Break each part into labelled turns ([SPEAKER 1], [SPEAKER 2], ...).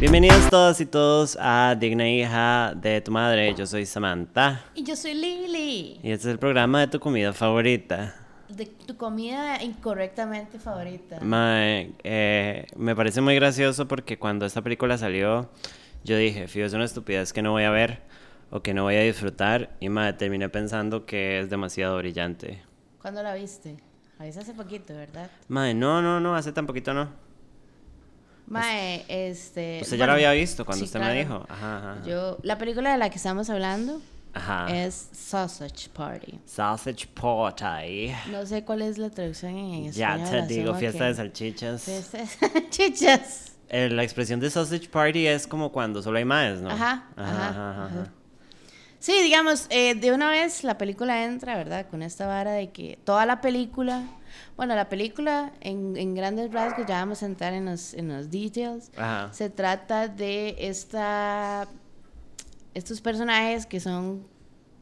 [SPEAKER 1] Bienvenidos todas y todos a Digna Hija de tu Madre. Yo soy Samantha
[SPEAKER 2] Y yo soy Lili.
[SPEAKER 1] y este es el programa de tu comida favorita.
[SPEAKER 2] De tu comida incorrectamente favorita.
[SPEAKER 1] Mm. Mae, eh, me parece muy gracioso porque cuando esta película salió, yo dije, fío, es una estupidez que no voy a ver o que no voy a disfrutar. Y mae, terminé pensando que es demasiado brillante.
[SPEAKER 2] ¿Cuándo la viste? La viste hace poquito, ¿verdad?
[SPEAKER 1] Mae, no, no, no, hace tan poquito no.
[SPEAKER 2] Mae, este.
[SPEAKER 1] Usted ya Pues, la había visto cuando
[SPEAKER 2] sí,
[SPEAKER 1] usted
[SPEAKER 2] claro.
[SPEAKER 1] me dijo. Ah. Ajá, ajá, ajá.
[SPEAKER 2] Yo, eh, la película de la que estamos hablando
[SPEAKER 1] Ajá.
[SPEAKER 2] es Sausage Party.
[SPEAKER 1] Sausage Party.
[SPEAKER 2] No sé cuál es la traducción en
[SPEAKER 1] Ya
[SPEAKER 2] español.
[SPEAKER 1] te digo,
[SPEAKER 2] asumo
[SPEAKER 1] fiesta
[SPEAKER 2] que-
[SPEAKER 1] de salchichas.
[SPEAKER 2] Fiesta de salchichas.
[SPEAKER 1] Eh, la expresión de sausage party es como cuando solo hay maes, ¿no?
[SPEAKER 2] Ajá, ajá, ajá. Sí, digamos, eh, de una vez la película entra, ¿verdad? Con esta vara de que toda la película, bueno, la película en, en grandes rasgos, ya vamos a entrar en los, en los details,
[SPEAKER 1] Ajá.
[SPEAKER 2] se trata de esta, estos personajes que son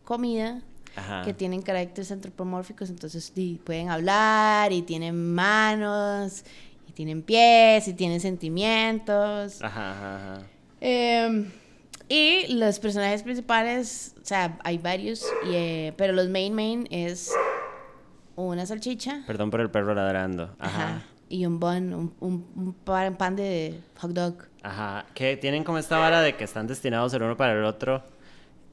[SPEAKER 2] comida,
[SPEAKER 1] Ajá.
[SPEAKER 2] que tienen caracteres antropomórficos, entonces di, pueden hablar y tienen manos, y tienen pies, y tienen sentimientos.
[SPEAKER 1] Ajá, ajá, ajá.
[SPEAKER 2] Eh, y los personajes principales, o sea, hay varios, y, eh, pero los main main es una salchicha
[SPEAKER 1] Perdón por el perro ladrando. Ajá.
[SPEAKER 2] ajá, y un bun, un, un- un pan, pan de hot dog.
[SPEAKER 1] Ajá. Que tienen como esta vara de que están destinados el uno para el otro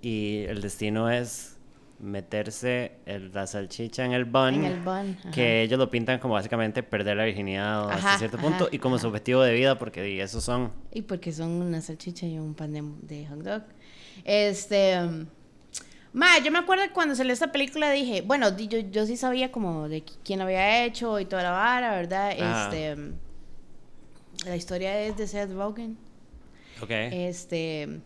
[SPEAKER 1] y el destino es meterse el- la salchicha en el bun.
[SPEAKER 2] En el bun, ajá.
[SPEAKER 1] Que ellos lo pintan como básicamente perder la virginidad o hasta
[SPEAKER 2] Ajá,
[SPEAKER 1] cierto
[SPEAKER 2] ajá,
[SPEAKER 1] punto y como su objetivo de vida porque di, esos son.
[SPEAKER 2] Y porque son una salchicha y un pan de, de hot dog. Este. um, Ma, yo me acuerdo que cuando salió esta película dije, bueno, di- yo, yo sí sabía como de qui- quién la había hecho y toda la vara, ¿verdad?
[SPEAKER 1] Ajá.
[SPEAKER 2] Este. um, La historia es de Seth Rogen.
[SPEAKER 1] Ok.
[SPEAKER 2] Este.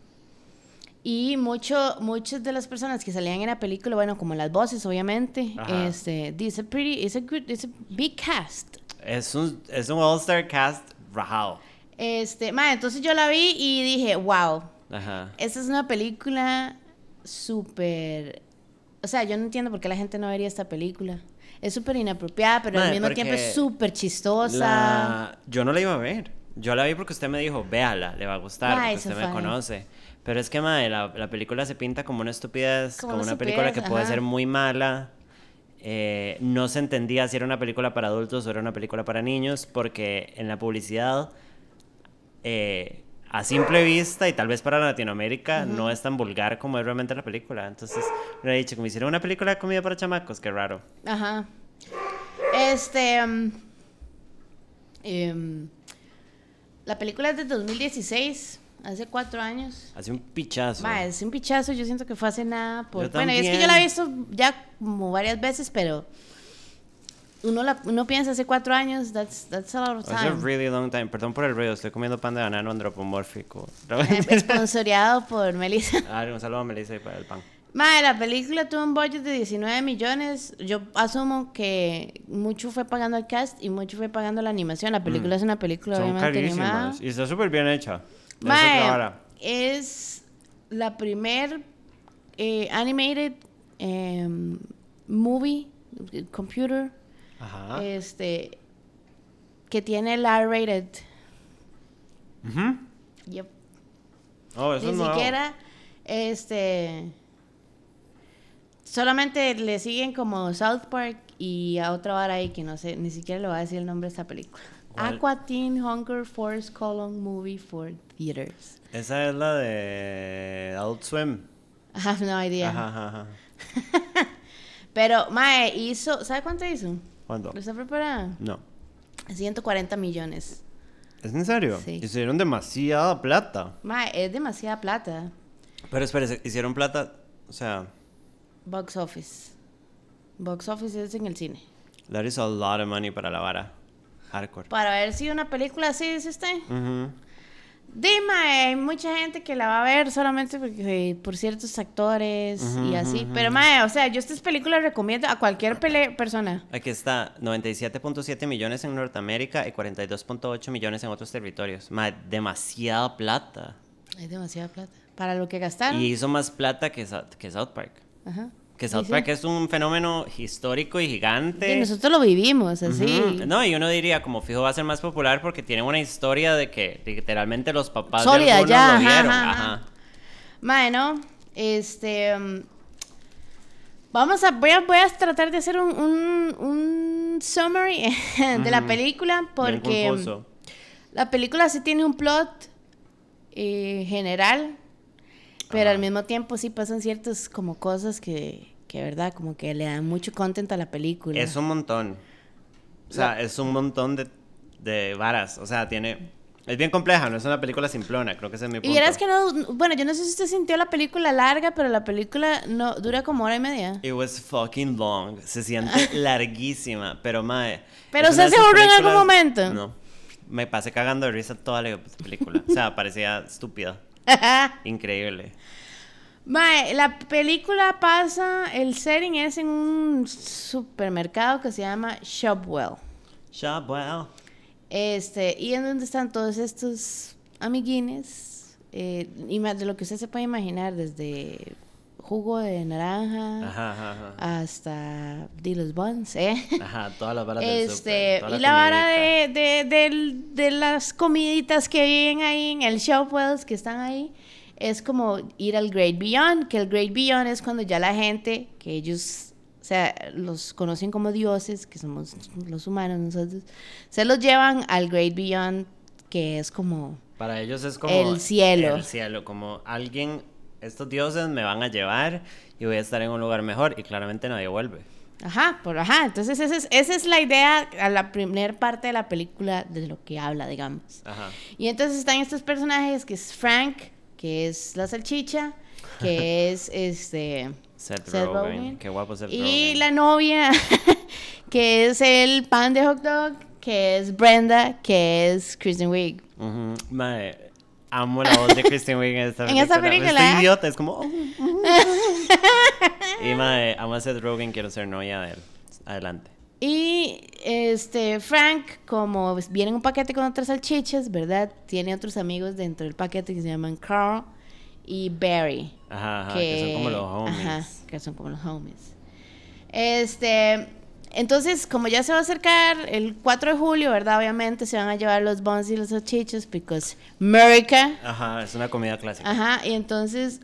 [SPEAKER 2] Y mucho, muchas de las personas que salían en la película, bueno, como las voces, obviamente,
[SPEAKER 1] Ajá.
[SPEAKER 2] este, dice pretty, it's a good, it's a big cast.
[SPEAKER 1] es un, es un all-star cast rajado.
[SPEAKER 2] Este, ma, entonces yo la vi y dije, wow,
[SPEAKER 1] Ajá.
[SPEAKER 2] esta es una película súper. O sea, yo no entiendo por qué la gente no vería esta película. Es súper inapropiada, pero
[SPEAKER 1] Mae,
[SPEAKER 2] al mismo tiempo
[SPEAKER 1] porque
[SPEAKER 2] es súper chistosa.
[SPEAKER 1] La- Yo no la iba a ver. Yo la vi porque usted me dijo, véala, le va a gustar,
[SPEAKER 2] Ay,
[SPEAKER 1] porque usted
[SPEAKER 2] Sofía.
[SPEAKER 1] me conoce. Pero es que, madre, la, la película se pinta como una estupidez,
[SPEAKER 2] Como
[SPEAKER 1] como,
[SPEAKER 2] una
[SPEAKER 1] una película que
[SPEAKER 2] estupidez,
[SPEAKER 1] puede
[SPEAKER 2] ajá.
[SPEAKER 1] ser muy mala. Eh, no se entendía si era una película para adultos o era una película para niños, porque en la publicidad, eh, a simple vista, y tal vez para Latinoamérica, no es tan vulgar como es realmente la película. Entonces, me he dicho, como hicieron una película de comida para chamacos, qué raro.
[SPEAKER 2] Ajá. Este. mm, em, la película es de 2016, hace cuatro años.
[SPEAKER 1] Hace un pichazo.
[SPEAKER 2] Ma, es un pichazo, yo siento que fue hace nada. Por...
[SPEAKER 1] Yo
[SPEAKER 2] Bueno, es que
[SPEAKER 1] también.
[SPEAKER 2] yo la he visto ya como varias veces, pero. Uno, la, uno piensa hace cuatro años, that's, that's a lot of
[SPEAKER 1] Hace
[SPEAKER 2] time.
[SPEAKER 1] really long time. Perdón por el ruido, estoy comiendo pan de banano antropomórfico.
[SPEAKER 2] Eh, Esponsoreado por Melissa.
[SPEAKER 1] Ah, un saludo a Melissa y para el pan.
[SPEAKER 2] Madre, la película tuvo un budget de 19 millones. Yo asumo que mucho fue pagando al cast y mucho fue pagando la animación. La película es una película
[SPEAKER 1] Mm. Son
[SPEAKER 2] obviamente animada.
[SPEAKER 1] carísimas. Y está súper bien hecha. Ya es otra
[SPEAKER 2] Mae,
[SPEAKER 1] vara.
[SPEAKER 2] es la primer eh, animated em, movie, eh, computer,
[SPEAKER 1] Ajá.
[SPEAKER 2] este, que tiene la rated.
[SPEAKER 1] Ujú.
[SPEAKER 2] Yep.
[SPEAKER 1] Oh, eso
[SPEAKER 2] Ni
[SPEAKER 1] es nuevo.
[SPEAKER 2] siquiera, este, solamente le siguen como South Park y a otra vara ahí que no sé, ni siquiera le voy a decir el nombre de esta película.
[SPEAKER 1] ¿Cuál?
[SPEAKER 2] Aqua Teen Hunger Force Colon Movie for Theaters.
[SPEAKER 1] Esa es la de Adult Swim.
[SPEAKER 2] I have no idea.
[SPEAKER 1] Ajá, ajá, ajá.
[SPEAKER 2] Pero, Mae, hizo, ¿sabe cuánto hizo?
[SPEAKER 1] ¿Cuándo?
[SPEAKER 2] ¿Lo está preparada?
[SPEAKER 1] No.
[SPEAKER 2] 140 millones.
[SPEAKER 1] ¿Es en serio?
[SPEAKER 2] Sí.
[SPEAKER 1] Hicieron demasiada plata.
[SPEAKER 2] Mae, es demasiada plata.
[SPEAKER 1] Pero espérese, hicieron plata, o sea,
[SPEAKER 2] Box office. Box office es en el cine.
[SPEAKER 1] that is a lot of money para la vara. Hardcore.
[SPEAKER 2] Para ver si una película así, dice usted.
[SPEAKER 1] Ujú.
[SPEAKER 2] Dime, eh, hay mucha gente que la va a ver solamente porque, eh, por ciertos actores y así. Pero, mae, o sea, yo estas películas recomiendo a cualquier pele- persona.
[SPEAKER 1] Aquí está, 97.7 millones en Norteamérica y 42.8 millones en otros territorios. Ma, demasiada plata.
[SPEAKER 2] Es demasiada plata. Para lo que gastaron.
[SPEAKER 1] Y hizo más plata que, Sou- que South Park.
[SPEAKER 2] Ajá.
[SPEAKER 1] que South Park es un fenómeno histórico y gigante.
[SPEAKER 2] Y nosotros lo vivimos así.
[SPEAKER 1] Ujú. No, y uno diría, como fijo, va a ser más popular porque tienen una historia de que literalmente los papás de
[SPEAKER 2] Sólida,
[SPEAKER 1] algunos
[SPEAKER 2] ya,
[SPEAKER 1] lo
[SPEAKER 2] ajá,
[SPEAKER 1] vieron.
[SPEAKER 2] ajá,
[SPEAKER 1] Ajá.
[SPEAKER 2] ajá. Mae, ¿no? Este. mm, Vamos a. Voy a, voy a tratar de hacer un, un, un summary de la
[SPEAKER 1] Ujú.
[SPEAKER 2] película
[SPEAKER 1] Bien
[SPEAKER 2] porque. mm,
[SPEAKER 1] confuso.
[SPEAKER 2] La película sí tiene un plot eh, general, pero
[SPEAKER 1] Ajá.
[SPEAKER 2] al mismo tiempo sí pasan ciertas como cosas que, que verdad, como que le dan mucho content a la película.
[SPEAKER 1] Es un montón. O sea, es un montón de, de varas. O sea, tiene. Es bien compleja, no es una película simplona, creo que ese es mi punto.
[SPEAKER 2] Y verás que no, bueno, yo no sé si usted sintió la película larga, pero la película no dura como hora y media.
[SPEAKER 1] It was fucking long. Se siente larguísima, pero mae.
[SPEAKER 2] Pero
[SPEAKER 1] es
[SPEAKER 2] usted
[SPEAKER 1] una de
[SPEAKER 2] se
[SPEAKER 1] esas
[SPEAKER 2] aburrió en
[SPEAKER 1] películas-
[SPEAKER 2] algún momento.
[SPEAKER 1] No. Me pasé cagando de risa toda la película. O sea, parecía estúpida. Increíble.
[SPEAKER 2] Mae, la película pasa, el setting es en un supermercado que se llama Shopwell.
[SPEAKER 1] Shopwell.
[SPEAKER 2] Ah. Este, y en donde están todos estos amiguines, eh, y más de lo que usted se puede imaginar, desde jugo de naranja
[SPEAKER 1] Ajá, ajá, ajá.
[SPEAKER 2] hasta de los buns, ¿eh?
[SPEAKER 1] Ajá, todas las varas del
[SPEAKER 2] Este,
[SPEAKER 1] súper, toda
[SPEAKER 2] y la vara
[SPEAKER 1] comidita.
[SPEAKER 2] de, de, del- de las comiditas que viven ahí en el Shopwells que están ahí es como ir al Great Beyond, que el Great Beyond es cuando ya la gente, que ellos, o sea, los conocen como dioses, que somos los humanos nosotros, se los llevan al Great Beyond, que es como...
[SPEAKER 1] Para ellos es como.
[SPEAKER 2] El cielo.
[SPEAKER 1] El cielo, como alguien. Estos dioses me van a llevar y voy a estar en un lugar mejor. Y claramente nadie vuelve.
[SPEAKER 2] Ajá, por ajá. Entonces esa es, esa es la idea, a la primera parte de la película de lo que habla, digamos.
[SPEAKER 1] Ajá.
[SPEAKER 2] Y entonces están estos personajes que es Frank, que es la salchicha, que es este
[SPEAKER 1] Seth,
[SPEAKER 2] Seth
[SPEAKER 1] Rogen.
[SPEAKER 2] Rogen.
[SPEAKER 1] Qué guapo Seth
[SPEAKER 2] y
[SPEAKER 1] Rogen.
[SPEAKER 2] la novia, que es el pan de hot dog, que es Brenda, que es Kristen Wiig.
[SPEAKER 1] Ujú. Mae, amo la voz de Kristen Wiig en esta
[SPEAKER 2] En
[SPEAKER 1] película.
[SPEAKER 2] esta película,
[SPEAKER 1] Estoy
[SPEAKER 2] ¿eh?
[SPEAKER 1] idiota, es como. "Oh, y mae, amo a Seth Rogen, quiero ser novia de él. Adelante.
[SPEAKER 2] Y este Frank, como viene en un paquete con otras salchichas, ¿verdad? Tiene otros amigos dentro del paquete que se llaman Carl y Barry.
[SPEAKER 1] Ajá, ajá, Ah, que, son como los homies.
[SPEAKER 2] ajá, que son como los homies. Este, entonces, como ya se va a acercar el 4 de julio, ¿verdad? Obviamente se van a llevar los buns y los salchichos because America.
[SPEAKER 1] Ajá, es una comida clásica.
[SPEAKER 2] Ajá, y entonces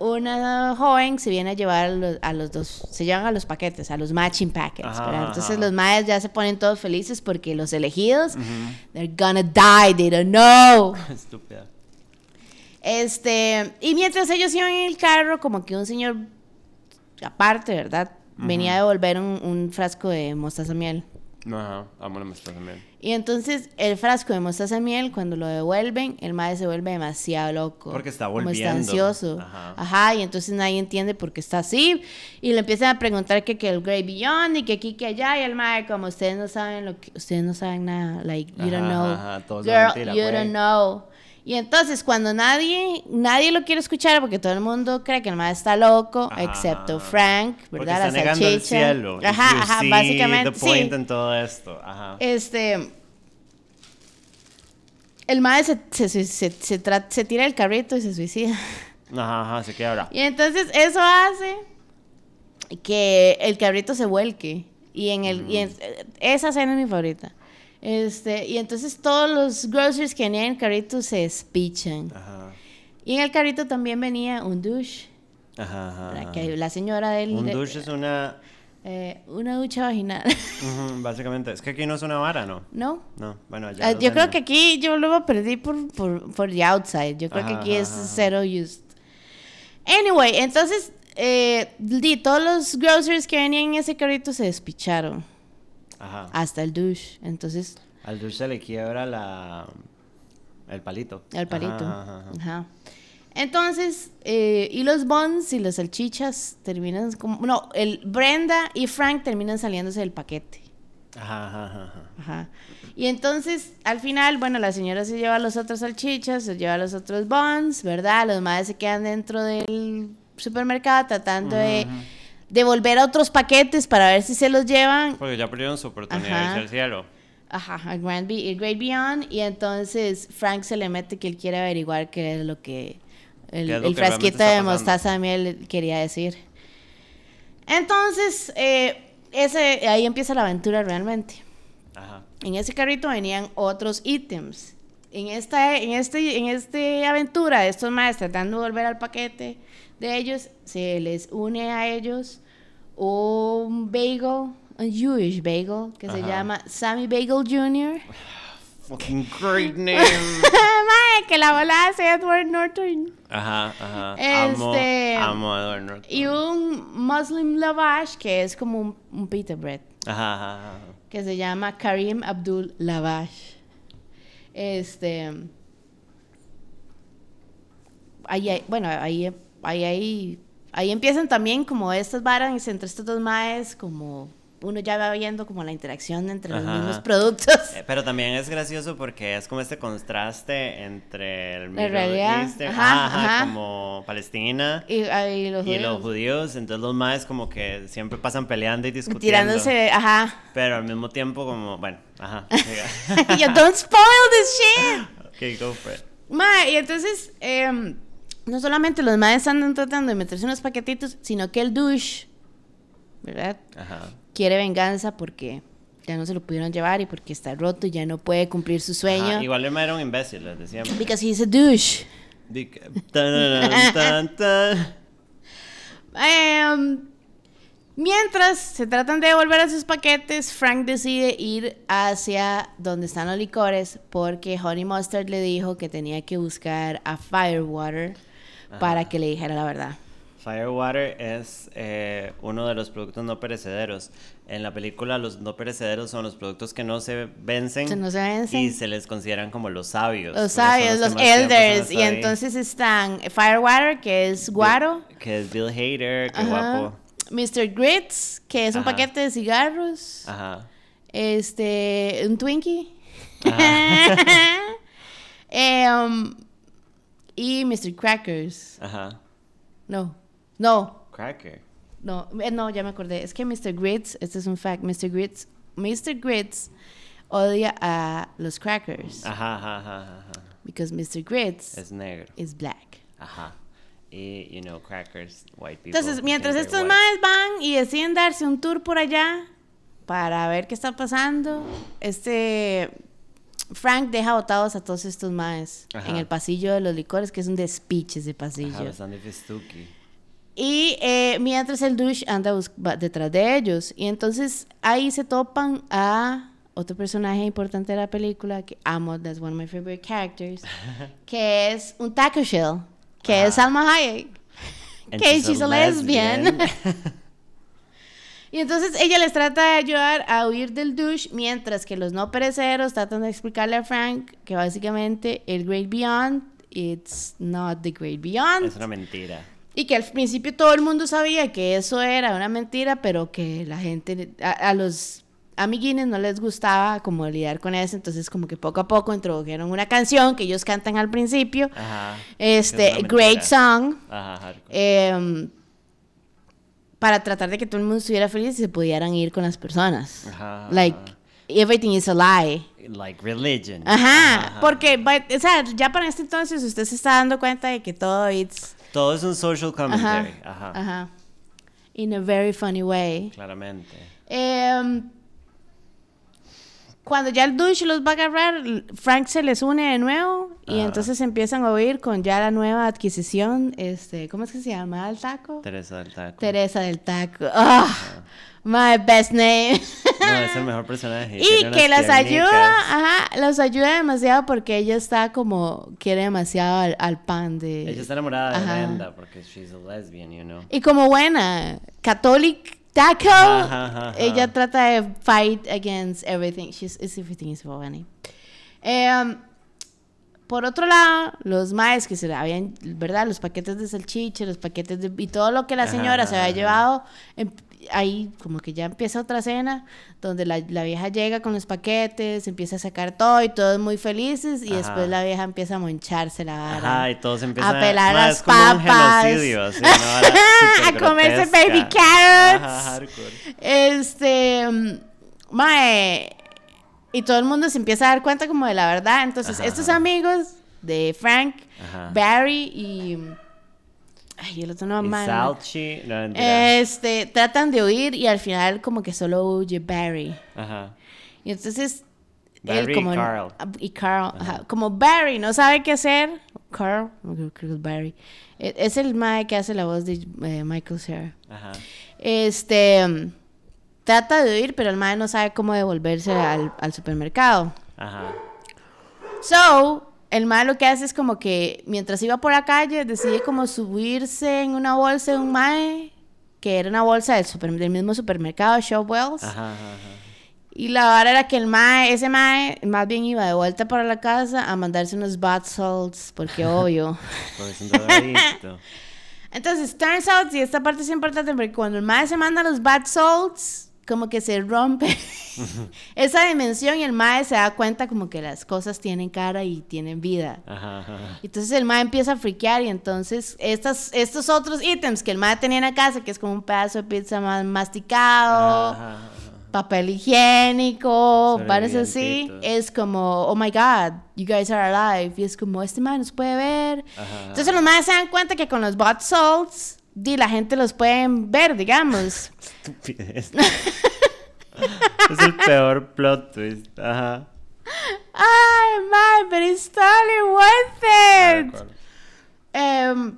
[SPEAKER 2] una joven se viene a llevar a los, a los dos, se llevan a los paquetes, a los matching packets,
[SPEAKER 1] Ajá,
[SPEAKER 2] ¿verdad?
[SPEAKER 1] ajá,
[SPEAKER 2] Entonces
[SPEAKER 1] ajá.
[SPEAKER 2] los maes ya se ponen todos felices porque los elegidos, they're gonna die, they don't know.
[SPEAKER 1] Estúpida.
[SPEAKER 2] Este, y mientras ellos iban en el carro, como que un señor, aparte, ¿verdad? Venía a devolver un, un frasco de mostaza miel.
[SPEAKER 1] Ajá, amo la mostaza también.
[SPEAKER 2] Y entonces el frasco de mostaza miel, cuando lo devuelven, el madre se vuelve demasiado loco.
[SPEAKER 1] Porque está
[SPEAKER 2] Como
[SPEAKER 1] volviendo.
[SPEAKER 2] está ansioso.
[SPEAKER 1] Ajá.
[SPEAKER 2] Ajá. y entonces nadie entiende por qué está así. Y le empiezan a preguntar que, que el Grey Beyond y que aquí, que allá. Y el madre, como ustedes no saben lo que, ustedes no saben nada. Like, you
[SPEAKER 1] Ajá,
[SPEAKER 2] don't know.
[SPEAKER 1] ajá, ajá, todo es
[SPEAKER 2] Girl,
[SPEAKER 1] mentira,
[SPEAKER 2] you
[SPEAKER 1] güey.
[SPEAKER 2] don't know. Y entonces cuando nadie, nadie lo quiere escuchar porque todo el mundo cree que el madre está loco,
[SPEAKER 1] Ajá.
[SPEAKER 2] excepto Frank, ¿verdad?
[SPEAKER 1] Porque está
[SPEAKER 2] La
[SPEAKER 1] negando el
[SPEAKER 2] salchicha.
[SPEAKER 1] cielo. If
[SPEAKER 2] Ajá,
[SPEAKER 1] you
[SPEAKER 2] ajá,
[SPEAKER 1] see
[SPEAKER 2] básicamente.
[SPEAKER 1] The
[SPEAKER 2] sí.
[SPEAKER 1] point en todo esto. Ajá.
[SPEAKER 2] Este. El mae se, se, se- se- se tra- se tira del carrito y se suicida.
[SPEAKER 1] Ajá, ajá, se quebra.
[SPEAKER 2] Y entonces eso hace que el carrito se vuelque. Y en el. y en- eh, esa escena es mi favorita. Este, y entonces todos los groceries que venían en el carrito se despichan.
[SPEAKER 1] Ajá.
[SPEAKER 2] Y en el carrito también venía un douche.
[SPEAKER 1] Ajá, ajá,
[SPEAKER 2] la
[SPEAKER 1] ajá.
[SPEAKER 2] que la señora del.
[SPEAKER 1] Ah. Un
[SPEAKER 2] de-
[SPEAKER 1] douche es una.
[SPEAKER 2] eh, una ducha vaginal.
[SPEAKER 1] ujú, básicamente. Es que aquí no es una vara, ¿no?
[SPEAKER 2] ¿No?
[SPEAKER 1] No, bueno,
[SPEAKER 2] Ah,
[SPEAKER 1] ya.
[SPEAKER 2] yo creo que aquí yo luego perdí por, por, por the outside. Yo creo que
[SPEAKER 1] Ajá,
[SPEAKER 2] aquí
[SPEAKER 1] ajá,
[SPEAKER 2] es
[SPEAKER 1] ajá.
[SPEAKER 2] zero used. Anyway, entonces, eh, di, todos los groceries que venían en ese carrito se despicharon.
[SPEAKER 1] Ajá.
[SPEAKER 2] Hasta el douche. Entonces,
[SPEAKER 1] Al douche se le quiebra la. El palito.
[SPEAKER 2] al palito.
[SPEAKER 1] Ajá, ajá, ajá.
[SPEAKER 2] Ajá. Entonces, eh, y los buns y las salchichas terminan como. No, el Brenda y Frank terminan saliéndose del paquete.
[SPEAKER 1] Ajá, ajá, ajá, ajá.
[SPEAKER 2] Ajá. Y entonces, al final, bueno, la señora se lleva los otros salchichas, se lleva los otros buns, ¿verdad? Los madres se quedan dentro del supermercado tratando de devolver a otros paquetes para ver si se los llevan.
[SPEAKER 1] Porque ya perdieron su oportunidad de
[SPEAKER 2] Ajá.
[SPEAKER 1] irse al cielo.
[SPEAKER 2] Ajá, al Grand Be- el Great Beyond. Y entonces Frank se le mete que él quiere averiguar qué es lo que
[SPEAKER 1] ¿Qué
[SPEAKER 2] el,
[SPEAKER 1] es lo
[SPEAKER 2] el
[SPEAKER 1] que realmente
[SPEAKER 2] frasquito
[SPEAKER 1] está
[SPEAKER 2] de
[SPEAKER 1] pasando?
[SPEAKER 2] mostaza miel quería decir. Entonces, eh, ese, ahí empieza la aventura realmente.
[SPEAKER 1] Ajá.
[SPEAKER 2] En ese carrito venían otros ítems. En esta, en este, en este aventura de estos maestros tratando de volver al paquete de ellos, se les une a ellos un bagel, un Jewish bagel, que se
[SPEAKER 1] Ajá.
[SPEAKER 2] llama Sammy Bagel Jr.
[SPEAKER 1] Fucking great name.
[SPEAKER 2] Mae, que la bola hace Edward Norton.
[SPEAKER 1] Ajá, ajá.
[SPEAKER 2] Este-
[SPEAKER 1] Amo, amo a Edward Norton.
[SPEAKER 2] Y un Muslim lavash, que es como un, un pita bread.
[SPEAKER 1] Ajá, ajá, ajá.
[SPEAKER 2] que se llama Karim Abdul Lavash. Este. Ahí, hay- bueno, ahí, ahí, ahí, ahí empiezan también como estas varas entre estos dos maes, como uno ya va viendo como la interacción entre los
[SPEAKER 1] Ajá.
[SPEAKER 2] mismos productos.
[SPEAKER 1] Eh, Pero también es gracioso porque es como este contraste entre el
[SPEAKER 2] La realidad.
[SPEAKER 1] Middle East,
[SPEAKER 2] Ajá,
[SPEAKER 1] ajá,
[SPEAKER 2] ajá.
[SPEAKER 1] como Palestina
[SPEAKER 2] Y, ahí los,
[SPEAKER 1] y los
[SPEAKER 2] judíos
[SPEAKER 1] judíos, entonces los más como que siempre pasan peleando y discutiendo.
[SPEAKER 2] tirándose, ajá.
[SPEAKER 1] Pero al mismo tiempo como, bueno, ajá.
[SPEAKER 2] Yo, don't spoil this shit.
[SPEAKER 1] ok, go for it.
[SPEAKER 2] Ma, y entonces, em, no solamente los madres andan tratando de meterse unos paquetitos, sino que el douche, ¿verdad?
[SPEAKER 1] Ajá.
[SPEAKER 2] Quiere venganza porque ya no se lo pudieron llevar y porque está roto y ya no puede cumplir su sueño.
[SPEAKER 1] Ajá, Igual el ma era un imbécil, les decíamos.
[SPEAKER 2] Because he's a douche.
[SPEAKER 1] Dic- tan, tan, tan, tan.
[SPEAKER 2] Em, mientras se tratan de devolver a sus paquetes, Frank decide ir hacia donde están los licores porque Honey Mustard le dijo que tenía que buscar a Firewater para que le dijera la verdad.
[SPEAKER 1] Firewater es eh, uno de los productos no perecederos. En la película los no perecederos son los productos que no se vencen,
[SPEAKER 2] Que no se vencen.
[SPEAKER 1] y se les consideran como los sabios. porque
[SPEAKER 2] Los
[SPEAKER 1] son
[SPEAKER 2] sabios,
[SPEAKER 1] que
[SPEAKER 2] los
[SPEAKER 1] más tiempo han
[SPEAKER 2] elders.
[SPEAKER 1] estado
[SPEAKER 2] Y
[SPEAKER 1] ahí.
[SPEAKER 2] entonces están Firewater, que es guaro.
[SPEAKER 1] Que es Bill Hader, que
[SPEAKER 2] Ajá.
[SPEAKER 1] guapo.
[SPEAKER 2] Mr. Grits, que es un
[SPEAKER 1] Ajá.
[SPEAKER 2] paquete de cigarros.
[SPEAKER 1] Ajá.
[SPEAKER 2] Este, un Twinkie. Em, y Mr. Crackers.
[SPEAKER 1] Ajá.
[SPEAKER 2] No, no,
[SPEAKER 1] Cracker.
[SPEAKER 2] no, eh, no, ya me acordé. Es que Mr. Grits, este es un fact, Mr. Grits, Mr. Grits odia a los crackers.
[SPEAKER 1] Ajá, ajá, ajá, ajá, ajá.
[SPEAKER 2] Because Mr. Grits
[SPEAKER 1] Ah. Es negro.
[SPEAKER 2] is black.
[SPEAKER 1] Ajá. Y, you know, crackers, white people.
[SPEAKER 2] Entonces, mientras
[SPEAKER 1] think
[SPEAKER 2] estos
[SPEAKER 1] they're white.
[SPEAKER 2] maes van y deciden darse un tour por allá para ver qué está pasando, este Frank deja botados a todos estos maes
[SPEAKER 1] Ajá.
[SPEAKER 2] en el pasillo de los licores, que es un despiche ese pasillo.
[SPEAKER 1] Ajá, bastante fistuki.
[SPEAKER 2] Y eh, mientras el douche anda bus- va detrás de ellos. Y entonces ahí se topan a otro personaje importante de la película que amo, that's one of my favorite characters, que es un taco shell, que es
[SPEAKER 1] Ajá.
[SPEAKER 2] Salma Hayek.
[SPEAKER 1] And
[SPEAKER 2] Que she's a lesbian. Y entonces ella les trata de ayudar a huir del douche, mientras que los no pereceros tratan de explicarle a Frank que básicamente el Great Beyond, it's not the Great Beyond.
[SPEAKER 1] es una mentira.
[SPEAKER 2] Y que al principio todo el mundo sabía que eso era una mentira, pero que la gente, a, a los amiguines no les gustaba como lidiar con eso, entonces como que poco a poco introdujeron una canción que ellos cantan al principio,
[SPEAKER 1] Ajá.
[SPEAKER 2] este,
[SPEAKER 1] Ah, Es una
[SPEAKER 2] Great
[SPEAKER 1] mentira.
[SPEAKER 2] Song,
[SPEAKER 1] Ajá, hardcore.
[SPEAKER 2] em, para tratar de que todo el mundo estuviera feliz y se pudieran ir con las personas.
[SPEAKER 1] Ajá,
[SPEAKER 2] Like,
[SPEAKER 1] ajá.
[SPEAKER 2] everything is a lie.
[SPEAKER 1] Like religion.
[SPEAKER 2] Ajá, porque, but- o sea, ya para este entonces usted se está dando cuenta de que todo it's...
[SPEAKER 1] Todo es un social commentary. Ajá.
[SPEAKER 2] Ajá. In a very funny way.
[SPEAKER 1] Claramente.
[SPEAKER 2] Em, cuando ya el douche los va a agarrar, Frank se les une de nuevo y
[SPEAKER 1] Ajá.
[SPEAKER 2] entonces empiezan a oír con ya la nueva adquisición, este, ¿cómo es que se llama el taco?
[SPEAKER 1] Teresa del Taco.
[SPEAKER 2] Teresa del Taco. Ah, My best name.
[SPEAKER 1] No, es el mejor personaje.
[SPEAKER 2] y
[SPEAKER 1] tiene
[SPEAKER 2] que
[SPEAKER 1] unas
[SPEAKER 2] las ayuda,
[SPEAKER 1] piernicas.
[SPEAKER 2] ajá, los ayuda demasiado porque ella está como, quiere demasiado al, al pan de...
[SPEAKER 1] Ella está enamorada de
[SPEAKER 2] Ajá.
[SPEAKER 1] Brenda porque she's a lesbian, you know.
[SPEAKER 2] Y como buena Catholic taco,
[SPEAKER 1] Ajá, ajá, ajá.
[SPEAKER 2] Oh, ella trata de fight against everything. She's it's everything is for Bonnie. Em, por otro lado, los maes que se le habían, ¿verdad? Los paquetes de salchicha, los paquetes de... Y todo lo que la
[SPEAKER 1] Ajá,
[SPEAKER 2] señora se
[SPEAKER 1] ajá,
[SPEAKER 2] había
[SPEAKER 1] ajá.
[SPEAKER 2] llevado, em- ahí como que ya empieza otra cena, donde la, la vieja llega con los paquetes, empieza a sacar todo y todos muy felices, y
[SPEAKER 1] Ajá.
[SPEAKER 2] después la vieja empieza a moncharse la vara.
[SPEAKER 1] Ajá, y todos empiezan
[SPEAKER 2] a pelar
[SPEAKER 1] Ma,
[SPEAKER 2] las
[SPEAKER 1] es como un
[SPEAKER 2] papas.
[SPEAKER 1] genocidio, así, una vara súper
[SPEAKER 2] a comerse
[SPEAKER 1] grotesca.
[SPEAKER 2] baby carrots.
[SPEAKER 1] Ajá, hardcore.
[SPEAKER 2] Este, mm, mae, y todo el mundo se empieza a dar cuenta como de la verdad. Entonces,
[SPEAKER 1] Ajá,
[SPEAKER 2] estos
[SPEAKER 1] ajá.
[SPEAKER 2] amigos de Frank,
[SPEAKER 1] Ajá.
[SPEAKER 2] Barry y Ay, yo lo tengo mal.
[SPEAKER 1] Salchi. No, mentira.
[SPEAKER 2] Este, tratan de huir y al final como que solo huye Barry.
[SPEAKER 1] Ajá.
[SPEAKER 2] Y entonces
[SPEAKER 1] Barry y Carl.
[SPEAKER 2] y Carl, ajá, como Barry no sabe qué hacer, Carl, creo que es Barry. e- Es el mae que hace la voz de eh, Michael Cera.
[SPEAKER 1] Ajá.
[SPEAKER 2] Este mm, trata de huir, pero el mae no sabe cómo devolverse al, al supermercado.
[SPEAKER 1] Ajá.
[SPEAKER 2] So, el mae lo que hace es como que mientras iba por la calle, decide como subirse en una bolsa de un mae, que era una bolsa del, super- del mismo supermercado, Shopwells.
[SPEAKER 1] Ajá. ajá, ajá.
[SPEAKER 2] Y la vara era que el mae, ese mae, más bien iba de vuelta para la casa a mandarse unos bath salts, porque obvio.
[SPEAKER 1] Porque es un drogadicto.
[SPEAKER 2] Entonces, turns out, y esta parte es importante, porque cuando el mae se manda los bath salts, como que se rompe esa dimensión y el mae se da cuenta como que las cosas tienen cara y tienen vida.
[SPEAKER 1] Ajá, ajá.
[SPEAKER 2] Entonces el mae empieza a friquear y entonces estas, estos otros ítems que el mae tenía en la casa, que es como un pedazo de pizza ma- masticado,
[SPEAKER 1] Ajá, ajá, ajá.
[SPEAKER 2] papel higiénico, parece así,
[SPEAKER 1] Sobrevivientitos.
[SPEAKER 2] es como, oh my god, you guys are alive. Y es como, este man nos puede ver.
[SPEAKER 1] Ajá.
[SPEAKER 2] Entonces los maes se dan cuenta que con los bot salts, di, la gente los pueden ver, digamos.
[SPEAKER 1] Estupidez. es el peor plot twist. Ajá.
[SPEAKER 2] Ay, mae, pero it's totally worth it. Em,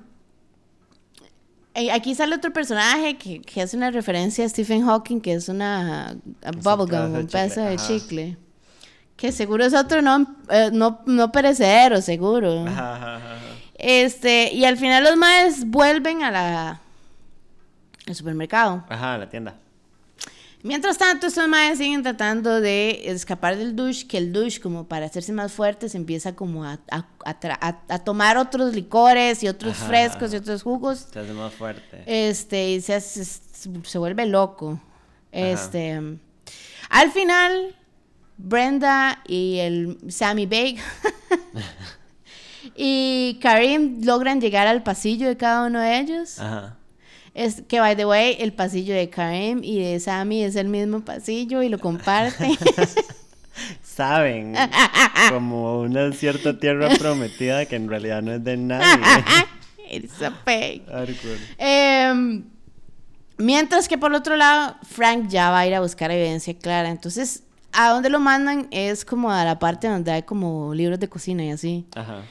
[SPEAKER 2] eh, aquí sale otro personaje que, que hace una referencia a Stephen Hawking, que es una a bubblegum,
[SPEAKER 1] pedazo de
[SPEAKER 2] un pedazo
[SPEAKER 1] chicle,
[SPEAKER 2] de
[SPEAKER 1] ajá.
[SPEAKER 2] chicle. Que seguro es otro no, eh, no, no perecedero, seguro.
[SPEAKER 1] Ajá, ajá, ajá, ajá.
[SPEAKER 2] Este, y al final los maes vuelven a la al supermercado.
[SPEAKER 1] Ajá, la tienda.
[SPEAKER 2] Mientras tanto, estos maes siguen tratando de escapar del douche, que el douche, como para hacerse más fuerte, se empieza como a, a- a tra- a- a tomar otros licores y otros
[SPEAKER 1] Ajá. Eh.
[SPEAKER 2] frescos y otros jugos.
[SPEAKER 1] Se hace más fuerte.
[SPEAKER 2] Este, y se, hace- se, vuelve loco. Este, al final, Brenda y el Sammy Bake y Karim logran llegar al pasillo de cada uno de ellos.
[SPEAKER 1] Ajá.
[SPEAKER 2] Es que, by the way, el pasillo de Karim y de Sammy es el mismo pasillo y lo comparten.
[SPEAKER 1] Saben, como una cierta tierra prometida que en realidad no es de nadie.
[SPEAKER 2] It's a fake.
[SPEAKER 1] Hardcore.
[SPEAKER 2] Em, mientras que por el otro lado, Frank ya va a ir a buscar evidencia clara. Entonces, a donde lo mandan es como a la parte donde hay como libros de cocina y así.
[SPEAKER 1] Ajá.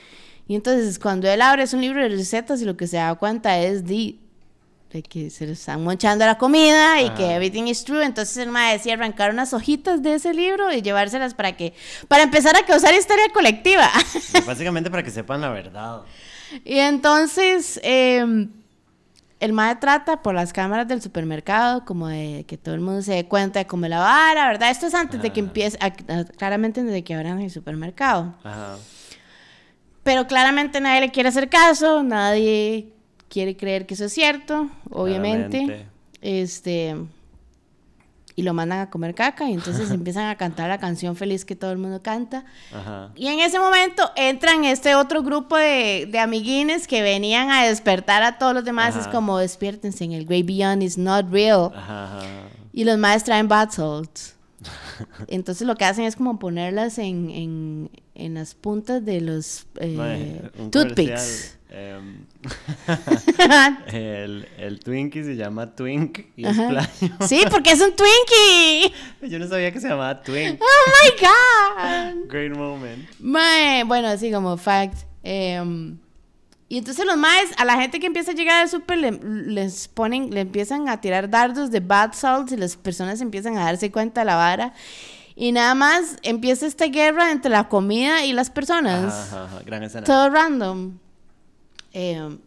[SPEAKER 2] Y entonces, cuando él abre es un libro de recetas y lo que se da cuenta es de, de que se le están manchando la comida y que
[SPEAKER 1] Ajá.
[SPEAKER 2] everything is true. Entonces, el mae decía arrancar unas hojitas de ese libro y llevárselas para que, para empezar a causar historia colectiva.
[SPEAKER 1] Básicamente para que sepan la verdad.
[SPEAKER 2] Y entonces eh, el mae trata por las cámaras del supermercado como de que todo el mundo se dé cuenta de cómo la vara, ¿verdad? Esto es antes de que
[SPEAKER 1] Ajá.
[SPEAKER 2] empiece, a- a- claramente desde que abran el supermercado.
[SPEAKER 1] Ajá.
[SPEAKER 2] Pero claramente nadie le quiere hacer caso, nadie quiere creer que eso es cierto, obviamente.
[SPEAKER 1] Claramente.
[SPEAKER 2] Este y lo mandan a comer caca y entonces empiezan a cantar la canción feliz que todo el mundo canta.
[SPEAKER 1] Ajá.
[SPEAKER 2] Y en ese momento entran este otro grupo de, de amiguines que venían a despertar a todos los demás.
[SPEAKER 1] Ajá.
[SPEAKER 2] Es como, despiértense, en el Great Beyond is not real.
[SPEAKER 1] Ajá. ajá.
[SPEAKER 2] Y los más traen bath salts. Entonces lo que hacen es como ponerlas en, en, en las puntas de los eh,
[SPEAKER 1] Mae, un
[SPEAKER 2] toothpicks.
[SPEAKER 1] comercial, em, el, el Twinkie se llama Twink y es
[SPEAKER 2] Ajá.
[SPEAKER 1] plano.
[SPEAKER 2] sí, porque es un Twinkie.
[SPEAKER 1] Yo no sabía que se llamaba Twink.
[SPEAKER 2] Oh my God.
[SPEAKER 1] Great moment.
[SPEAKER 2] Mae, bueno, así como fact. Em, y entonces los maes, a la gente que empieza a llegar al súper, le- les ponen, le empiezan a tirar dardos de bad salts y las personas empiezan a darse cuenta de la vara. Y nada más empieza esta guerra entre la comida y las personas.
[SPEAKER 1] Ajá, ajá, ajá. Gran escena.
[SPEAKER 2] Todo random. Em,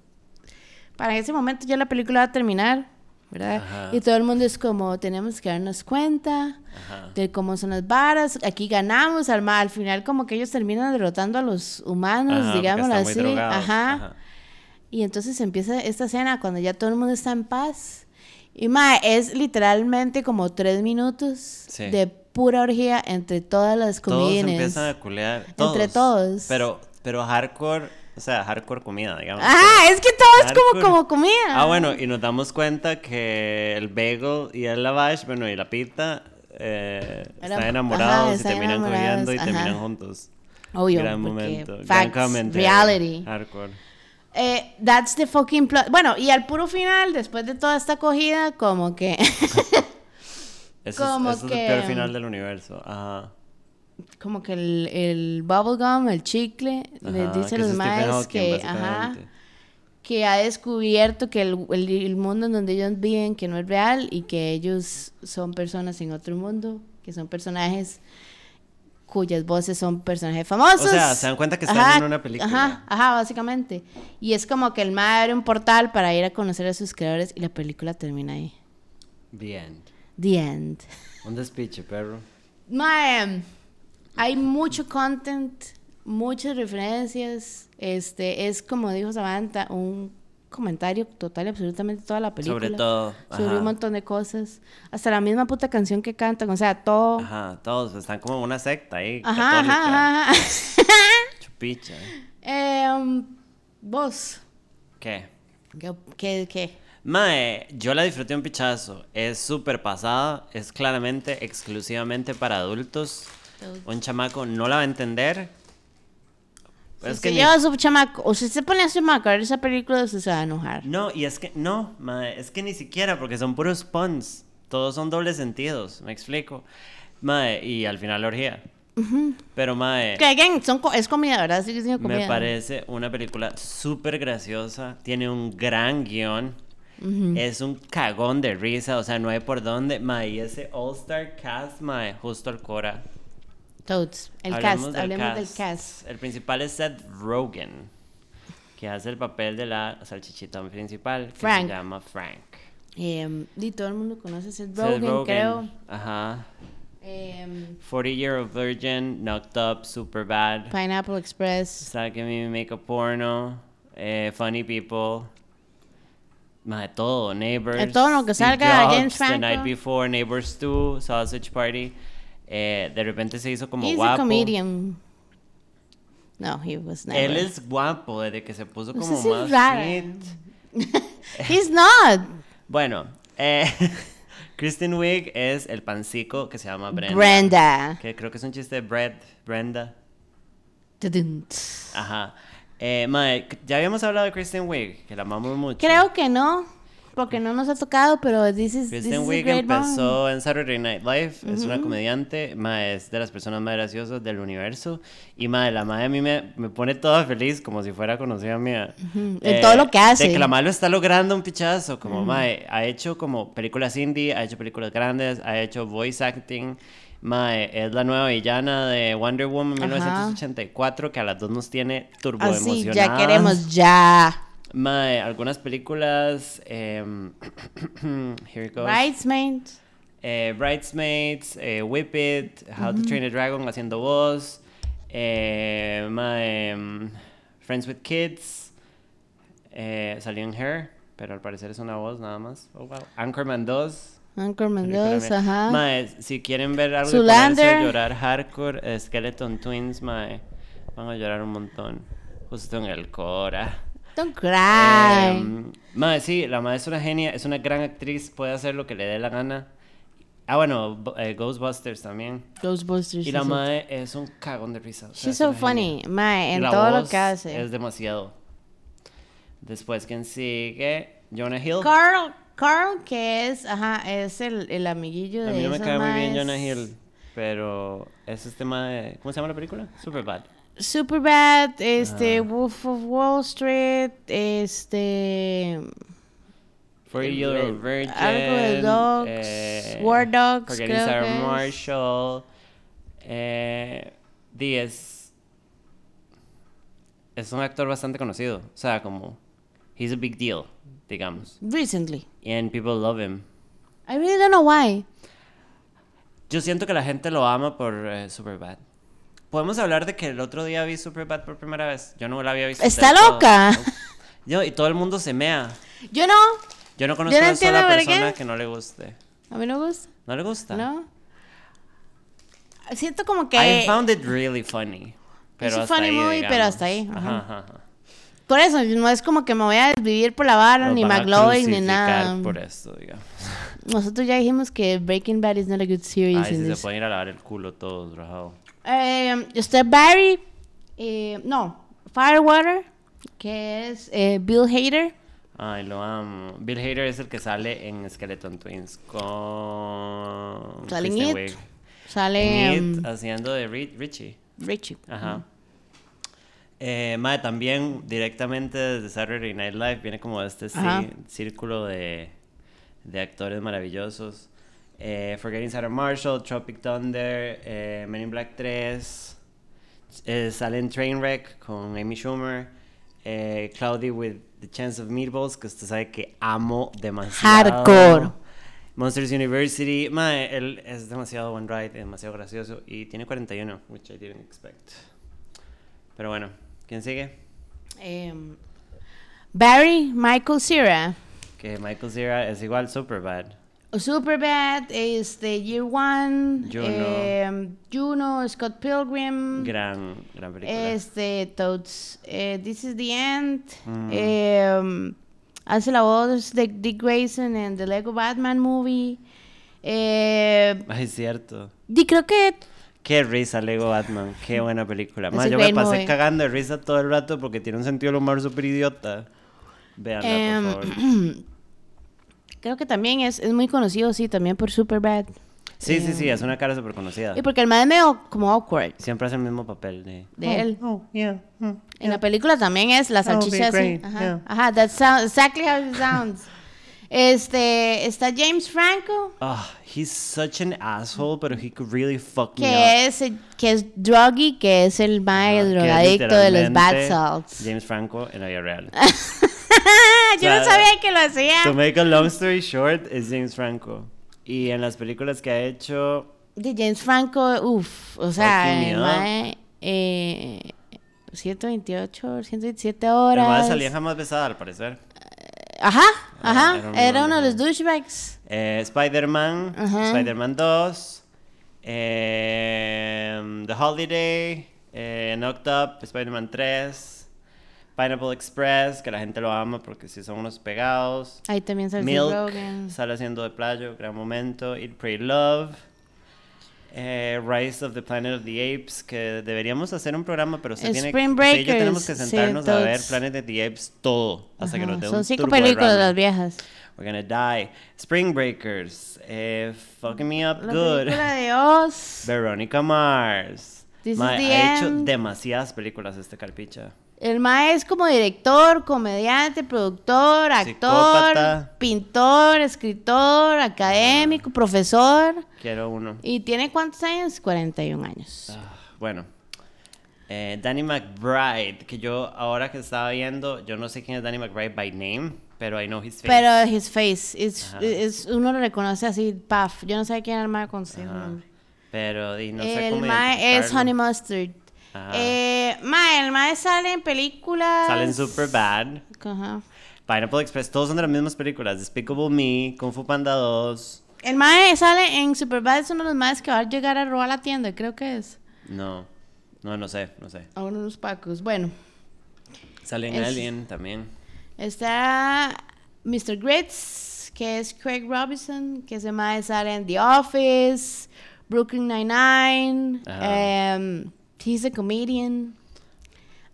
[SPEAKER 2] para ese momento ya la película va a terminar, ¿verdad?
[SPEAKER 1] Ajá.
[SPEAKER 2] Y todo el mundo es como, tenemos que darnos cuenta
[SPEAKER 1] Ajá.
[SPEAKER 2] de cómo son las varas. Aquí ganamos, al, ma- al final como que ellos terminan derrotando a los humanos,
[SPEAKER 1] Ajá, Ah, porque
[SPEAKER 2] digámoslo
[SPEAKER 1] están muy
[SPEAKER 2] así.
[SPEAKER 1] drogados,
[SPEAKER 2] Ajá. Y entonces empieza esta escena cuando ya todo el mundo está en paz. Y mae, es literalmente como tres minutos
[SPEAKER 1] Sí.
[SPEAKER 2] de pura orgía entre todas las
[SPEAKER 1] Todos
[SPEAKER 2] comidines.
[SPEAKER 1] empiezan a culear.
[SPEAKER 2] Entre todos.
[SPEAKER 1] Pero, pero hardcore, o sea, hardcore comida, digamos.
[SPEAKER 2] Ajá, es que todo es como,
[SPEAKER 1] Hardcore.
[SPEAKER 2] como comida.
[SPEAKER 1] Ah, bueno, y nos damos cuenta que el bagel y el lavash, bueno, y la pita, eh,
[SPEAKER 2] Era-
[SPEAKER 1] están enamorados
[SPEAKER 2] ajá,
[SPEAKER 1] y
[SPEAKER 2] están
[SPEAKER 1] terminan
[SPEAKER 2] enamorados,
[SPEAKER 1] cogiendo y
[SPEAKER 2] ajá.
[SPEAKER 1] terminan juntos.
[SPEAKER 2] Obvio,
[SPEAKER 1] gran
[SPEAKER 2] porque
[SPEAKER 1] momento. gran
[SPEAKER 2] facts,
[SPEAKER 1] comentario,
[SPEAKER 2] reality.
[SPEAKER 1] Hardcore.
[SPEAKER 2] Eh, that's the fucking plot. Bueno, y al puro final, después de toda esta acogida, como que.
[SPEAKER 1] Eso
[SPEAKER 2] Como
[SPEAKER 1] es, eso es
[SPEAKER 2] que-
[SPEAKER 1] el peor final del universo. Ajá.
[SPEAKER 2] como que el, el bubblegum, el chicle, les
[SPEAKER 1] Ajá,
[SPEAKER 2] dice a
[SPEAKER 1] que es
[SPEAKER 2] los
[SPEAKER 1] Stephen
[SPEAKER 2] maes
[SPEAKER 1] Hawking,
[SPEAKER 2] que. Ajá.
[SPEAKER 1] básicamente.
[SPEAKER 2] que ha descubierto que el, el- el mundo en donde ellos viven que no es real y que ellos son personas en otro mundo, que son personajes cuyas voces son personajes famosos.
[SPEAKER 1] O sea, se dan cuenta que están en una película.
[SPEAKER 2] Ajá, ajá, básicamente. Y es como que el mae abre un portal para ir a conocer a sus creadores y la película termina ahí.
[SPEAKER 1] Bien.
[SPEAKER 2] The end.
[SPEAKER 1] Un despiche, perro.
[SPEAKER 2] Mae, em, hay mucho content, muchas referencias. Este es como dijo Samantha, un comentario total y absolutamente toda la película.
[SPEAKER 1] Sobre todo,
[SPEAKER 2] Sobre
[SPEAKER 1] ajá.
[SPEAKER 2] un montón de cosas. Hasta la misma puta canción que cantan. O sea, todo. Ajá,
[SPEAKER 1] Ajá, todos están como en una secta ahí.
[SPEAKER 2] Oh. ajá,
[SPEAKER 1] Ah, católica,
[SPEAKER 2] ajá.
[SPEAKER 1] Chupicha. eh.
[SPEAKER 2] Em, vos,
[SPEAKER 1] ¿Qué?
[SPEAKER 2] ¿qué? qué, qué?
[SPEAKER 1] Mae, yo la disfruté un pichazo. Es súper pasada. Es claramente, exclusivamente para adultos. Un chamaco no la va a entender.
[SPEAKER 2] Si
[SPEAKER 1] Es
[SPEAKER 2] se
[SPEAKER 1] que ni-
[SPEAKER 2] lleva a su chamaco, o si se pone a su chamaco a ver esa película, usted se va a enojar.
[SPEAKER 1] No, y es que, no, mae, es que ni siquiera, porque son puros puns. Todos son dobles sentidos, me explico. Mae, y al final la orgía. Pero, mae,
[SPEAKER 2] Que again, son, co- es comida, ¿verdad? Sigue siendo comida.
[SPEAKER 1] me parece una película súper graciosa. Tiene un gran guión. Es un cagón de risa, o sea, no hay por dónde. Mae, y ese All-Star Cast, mae, justo al Cora.
[SPEAKER 2] Toads. El
[SPEAKER 1] Hablemos
[SPEAKER 2] cast, hablemos del cast.
[SPEAKER 1] El principal es Seth Rogen, que hace el papel de la salchichita principal, que se
[SPEAKER 2] Frank.
[SPEAKER 1] llama Frank.
[SPEAKER 2] Eh, y todo el mundo conoce a Seth
[SPEAKER 1] Seth
[SPEAKER 2] Rogen, creo.
[SPEAKER 1] Ajá.
[SPEAKER 2] Eh,
[SPEAKER 1] 40 Year Old Virgin, Knocked Up, Super Bad,
[SPEAKER 2] Pineapple Express.
[SPEAKER 1] Stop Giving Me Make a Porno, eh, Funny People. Más de todo, Neighbors.
[SPEAKER 2] De todo lo que
[SPEAKER 1] Steve
[SPEAKER 2] salga,
[SPEAKER 1] Jobs,
[SPEAKER 2] James
[SPEAKER 1] The Night
[SPEAKER 2] Franco.
[SPEAKER 1] Before, Neighbors 2, Sausage Party. Eh, de repente se hizo como
[SPEAKER 2] He's
[SPEAKER 1] guapo.
[SPEAKER 2] a comedian. No, he was never.
[SPEAKER 1] Él es guapo desde que se puso
[SPEAKER 2] No
[SPEAKER 1] como
[SPEAKER 2] sé si
[SPEAKER 1] más
[SPEAKER 2] Pues es raro.
[SPEAKER 1] fit.
[SPEAKER 2] He's not.
[SPEAKER 1] Bueno, eh, Kristen Wiig es el pancico que se llama Brenda.
[SPEAKER 2] Brenda.
[SPEAKER 1] Que creo que es un chiste de Brad, Brenda.
[SPEAKER 2] Tudum, tss.
[SPEAKER 1] Ajá. Eh, mae, ya habíamos hablado de Kristen Wiig, que la amamos mucho.
[SPEAKER 2] Creo que no, porque no nos ha tocado, pero this is, this is
[SPEAKER 1] Kristen
[SPEAKER 2] a
[SPEAKER 1] Wiig
[SPEAKER 2] great Mm-hmm. one.
[SPEAKER 1] empezó en Saturday Night Live, es una comediante, mae, es de las personas más graciosas del universo y mae, la madre a mí me, me pone toda feliz como si fuera conocida mía. Eh,
[SPEAKER 2] Ujú, Mm-hmm. en todo lo que hace. Mm-hmm.
[SPEAKER 1] De que la madre lo está logrando un pichazo, como mae, ha hecho como películas indie, ha hecho películas grandes, ha hecho voice acting. Mae, es la nueva villana de Wonder Woman
[SPEAKER 2] Ajá.
[SPEAKER 1] 1984 que a las dos nos tiene turbo
[SPEAKER 2] Así, Ah, ya
[SPEAKER 1] emocionadas.
[SPEAKER 2] queremos, ya.
[SPEAKER 1] Mae, algunas películas. em, here it goes.
[SPEAKER 2] Bridesmaids.
[SPEAKER 1] Eh, Bridesmaids, eh, Whip It, How to Train a Dragon haciendo voz. eh, mae, em, Friends with Kids. eh, salió en Her, pero al parecer es una voz nada más. Oh, wow. Anchorman 2.
[SPEAKER 2] Anchorman
[SPEAKER 1] película
[SPEAKER 2] 2,
[SPEAKER 1] mía.
[SPEAKER 2] ajá.
[SPEAKER 1] Mae, si quieren ver algo de
[SPEAKER 2] Zoolander.
[SPEAKER 1] ponerse a llorar hardcore, eh, Skeleton Twins, mae, van a llorar un montón. Justo en el Cora.
[SPEAKER 2] Don't cry.
[SPEAKER 1] Em, mae, sí, la madre es una genia, es una gran actriz, puede hacer lo que le dé la gana. Ah, bueno, bo- eh, Ghostbusters también.
[SPEAKER 2] Ghostbusters.
[SPEAKER 1] Y la
[SPEAKER 2] es otra.
[SPEAKER 1] madre es un cagón de risa. o sea,
[SPEAKER 2] She's
[SPEAKER 1] es
[SPEAKER 2] so
[SPEAKER 1] una genia.
[SPEAKER 2] funny, mae,
[SPEAKER 1] Y
[SPEAKER 2] en
[SPEAKER 1] la
[SPEAKER 2] todo lo
[SPEAKER 1] voz
[SPEAKER 2] que hace.
[SPEAKER 1] Es demasiado. Después, ¿quién sigue? Jonah Hill.
[SPEAKER 2] Carl, Carl, que es, ajá, es el, el amiguillo
[SPEAKER 1] A
[SPEAKER 2] de
[SPEAKER 1] mí no me
[SPEAKER 2] esos
[SPEAKER 1] cae muy bien
[SPEAKER 2] maes.
[SPEAKER 1] Jonah Hill, pero es este tema de... ¿Cómo se llama la película? Superbad.
[SPEAKER 2] Superbad,
[SPEAKER 1] Ah.
[SPEAKER 2] este, Wolf of Wall Street, este...
[SPEAKER 1] Forty Year Old Virgin.
[SPEAKER 2] Algo de dogs, War Dogs,
[SPEAKER 1] Forgetting
[SPEAKER 2] creo
[SPEAKER 1] Sarah
[SPEAKER 2] que es.
[SPEAKER 1] Marshall. Eh, Díaz. Es un actor bastante conocido. O sea, como. He's a big deal, digamos.
[SPEAKER 2] Recently.
[SPEAKER 1] And people love him.
[SPEAKER 2] I really don't know why.
[SPEAKER 1] Yo siento que la gente lo ama por eh, Superbad. Podemos hablar de que el otro día vi Superbad por primera vez. Yo no la había visto.
[SPEAKER 2] ¡Está
[SPEAKER 1] del todo.
[SPEAKER 2] loca!
[SPEAKER 1] Yo, y todo el mundo se mea.
[SPEAKER 2] Yo no.
[SPEAKER 1] Yo no conozco a una
[SPEAKER 2] entiendo
[SPEAKER 1] sola
[SPEAKER 2] por qué.
[SPEAKER 1] persona que no le guste.
[SPEAKER 2] A mí no me gusta.
[SPEAKER 1] ¿No le gusta?
[SPEAKER 2] No. Siento como que...
[SPEAKER 1] I found it really funny. Pero
[SPEAKER 2] Es un
[SPEAKER 1] hasta
[SPEAKER 2] funny
[SPEAKER 1] ahí,
[SPEAKER 2] movie, pero
[SPEAKER 1] digamos.
[SPEAKER 2] hasta ahí, ajá.
[SPEAKER 1] Ajá, ajá, ajá.
[SPEAKER 2] Por eso, no es como que me voy a desvivir por la vara,
[SPEAKER 1] Nos
[SPEAKER 2] ni
[SPEAKER 1] van a
[SPEAKER 2] McLovin, ni
[SPEAKER 1] crucificar
[SPEAKER 2] nada.
[SPEAKER 1] Por esto, digamos.
[SPEAKER 2] Nosotros ya dijimos que Breaking Bad is not a good series.
[SPEAKER 1] Ay,
[SPEAKER 2] in
[SPEAKER 1] sí se
[SPEAKER 2] this.
[SPEAKER 1] pueden ir a lavar el culo todos, rajado.
[SPEAKER 2] Um, Eh, está Barry. eh, no, um, Firewater. que es eh, Bill Hader.
[SPEAKER 1] Ay, lo amo. Bill Hader es el que sale en Skeleton Twins con.
[SPEAKER 2] Sale en
[SPEAKER 1] Kristen
[SPEAKER 2] It.
[SPEAKER 1] Wiig.
[SPEAKER 2] Sale
[SPEAKER 1] En It,
[SPEAKER 2] em,
[SPEAKER 1] haciendo de Ri- Richie.
[SPEAKER 2] Richie.
[SPEAKER 1] Ajá. Eh, mae, también directamente desde Saturday Night Live viene como este ci-
[SPEAKER 2] Ajá.
[SPEAKER 1] círculo de, de actores maravillosos. Eh, Forgetting Sarah Marshall, Tropic Thunder, eh, Men in Black 3, eh, sale en Trainwreck con Amy Schumer, eh, Cloudy with the Chance of Meatballs, que usted sabe que amo demasiado.
[SPEAKER 2] Hardcore.
[SPEAKER 1] Monsters University, mae, él es demasiado buen ride, demasiado gracioso y tiene 41, which I didn't expect. Pero bueno, ¿quién sigue?
[SPEAKER 2] Em, Um, Barry Michael Cera.
[SPEAKER 1] Que Michael Cera es igual Superbad.
[SPEAKER 2] Superbad, este, Year One,
[SPEAKER 1] Juno.
[SPEAKER 2] em, Juno, Scott Pilgrim,
[SPEAKER 1] Gran, gran película.
[SPEAKER 2] este, Toads, eh, This is the End,
[SPEAKER 1] Mm.
[SPEAKER 2] em, hace la voz de Dick Grayson en The Lego Batman Movie, eh,
[SPEAKER 1] Ay, es cierto.
[SPEAKER 2] y creo que
[SPEAKER 1] Qué risa Lego Batman, qué buena película.
[SPEAKER 2] Es
[SPEAKER 1] Mae,
[SPEAKER 2] un
[SPEAKER 1] yo me
[SPEAKER 2] great
[SPEAKER 1] pasé
[SPEAKER 2] movie.
[SPEAKER 1] cagando de risa todo el rato porque tiene un sentido del humor súper idiota. Veanla,
[SPEAKER 2] em,
[SPEAKER 1] por favor.
[SPEAKER 2] creo que también es, es muy conocido, sí, también por Superbad.
[SPEAKER 1] Sí, sí, sí,
[SPEAKER 2] em,
[SPEAKER 1] es una cara súper conocida.
[SPEAKER 2] Y porque el man es medio como awkward
[SPEAKER 1] Siempre hace el mismo papel de...
[SPEAKER 2] de él.
[SPEAKER 3] Oh, yeah. hmm,
[SPEAKER 2] En la película también es la
[SPEAKER 3] That would be
[SPEAKER 2] salchicha así.
[SPEAKER 3] great,
[SPEAKER 2] Ajá,
[SPEAKER 3] yeah.
[SPEAKER 2] ajá, that's sound- exactly how it sounds. Este, está James Franco,
[SPEAKER 1] Ah, he's such an asshole, pero he could really fuck
[SPEAKER 2] que
[SPEAKER 1] me up.
[SPEAKER 2] es el- que es druggy, que es el mae
[SPEAKER 1] Ajá, que
[SPEAKER 2] drogadicto de los Bad
[SPEAKER 1] literalmente
[SPEAKER 2] Salts. Em.
[SPEAKER 1] James Franco en la vida real.
[SPEAKER 2] Yo no
[SPEAKER 1] sea,
[SPEAKER 2] sabía que lo hacía.
[SPEAKER 1] to make a long story short, es James Franco. Y en las películas que ha hecho,
[SPEAKER 2] De James Franco, uff, o sea,
[SPEAKER 1] Fucking
[SPEAKER 2] el
[SPEAKER 1] yeah.
[SPEAKER 2] mae, eh, 128, 127
[SPEAKER 1] el mae
[SPEAKER 2] horas.
[SPEAKER 1] salía jamás besada al parecer.
[SPEAKER 2] Ajá,
[SPEAKER 1] Ah,
[SPEAKER 2] ajá,
[SPEAKER 1] era un
[SPEAKER 2] era uno de los
[SPEAKER 1] hombre.
[SPEAKER 2] douchebags.
[SPEAKER 1] Eh, Spider-Man,
[SPEAKER 2] Ajá.
[SPEAKER 1] Spider-Man 2, em, The Holiday, eh, Knocked Up, Spider-Man 3, Pineapple Express, que la gente lo ama porque sí son unos pegados.
[SPEAKER 2] Ahí también sale Seth Rogen.
[SPEAKER 1] Milk, sale haciendo de playo, gran momento. Eat, Pray, Love. eh, Rise of the Planet of the Apes, que deberíamos hacer un programa, pero se tiene
[SPEAKER 2] Spring
[SPEAKER 1] usted y yo tenemos
[SPEAKER 2] Breakers,
[SPEAKER 1] que
[SPEAKER 2] sí,
[SPEAKER 1] sentarnos a ver
[SPEAKER 2] todos.
[SPEAKER 1] Planet of the Apes todo, hasta que
[SPEAKER 2] Ajá,
[SPEAKER 1] nos dé
[SPEAKER 2] Son
[SPEAKER 1] un
[SPEAKER 2] cinco
[SPEAKER 1] turbo de
[SPEAKER 2] películas
[SPEAKER 1] ramen.
[SPEAKER 2] las viejas.
[SPEAKER 1] We're gonna die. Spring Breakers. Eh, fucking me up
[SPEAKER 2] La
[SPEAKER 1] good.
[SPEAKER 2] película de Oz.
[SPEAKER 1] Veronica Mars.
[SPEAKER 2] This is
[SPEAKER 1] Ma,
[SPEAKER 2] the
[SPEAKER 1] ha hecho
[SPEAKER 2] end.
[SPEAKER 1] demasiadas películas este carpicha.
[SPEAKER 2] El mae es como director, comediante, productor, actor,
[SPEAKER 1] Psicópata. Ah.
[SPEAKER 2] pintor, escritor, académico, profesor.
[SPEAKER 1] Quiero uno.
[SPEAKER 2] ¿Y tiene cuántos años? 41 años.
[SPEAKER 1] Ah, bueno. Eh, Danny McBride, que yo ahora que estaba viendo, yo no sé quién es Danny McBride by name, pero I know his face.
[SPEAKER 2] Pero his face, it's-
[SPEAKER 1] Ajá.
[SPEAKER 2] it's- uno lo reconoce así, paf. Yo no sé quién era el mae con su
[SPEAKER 1] Ajá.
[SPEAKER 2] nombre.
[SPEAKER 1] Pero y no sé
[SPEAKER 2] el
[SPEAKER 1] cómo
[SPEAKER 2] mae es
[SPEAKER 1] identificarlo.
[SPEAKER 2] Honey Mustard.
[SPEAKER 1] Ajá.
[SPEAKER 2] Eh, mae, el mae sale en películas.
[SPEAKER 1] Salen super bad.
[SPEAKER 2] Ajá.
[SPEAKER 1] Pineapple Express, todos son de las mismas películas. Despicable Me, Kung Fu Panda 2.
[SPEAKER 2] El mae sale en Superbad, es uno de los maes que va a llegar a robar la tienda, creo que es.
[SPEAKER 1] No, no, no sé, no sé.
[SPEAKER 2] A uno de los pacos. Bueno,
[SPEAKER 1] Salen
[SPEAKER 2] Es-
[SPEAKER 1] Alien también.
[SPEAKER 2] está Mr. Grits, que es Craig Robinson, que ese mae sale en The Office, Brooklyn Nine-Nine,
[SPEAKER 1] Ajá.
[SPEAKER 2] em, he's a comedian,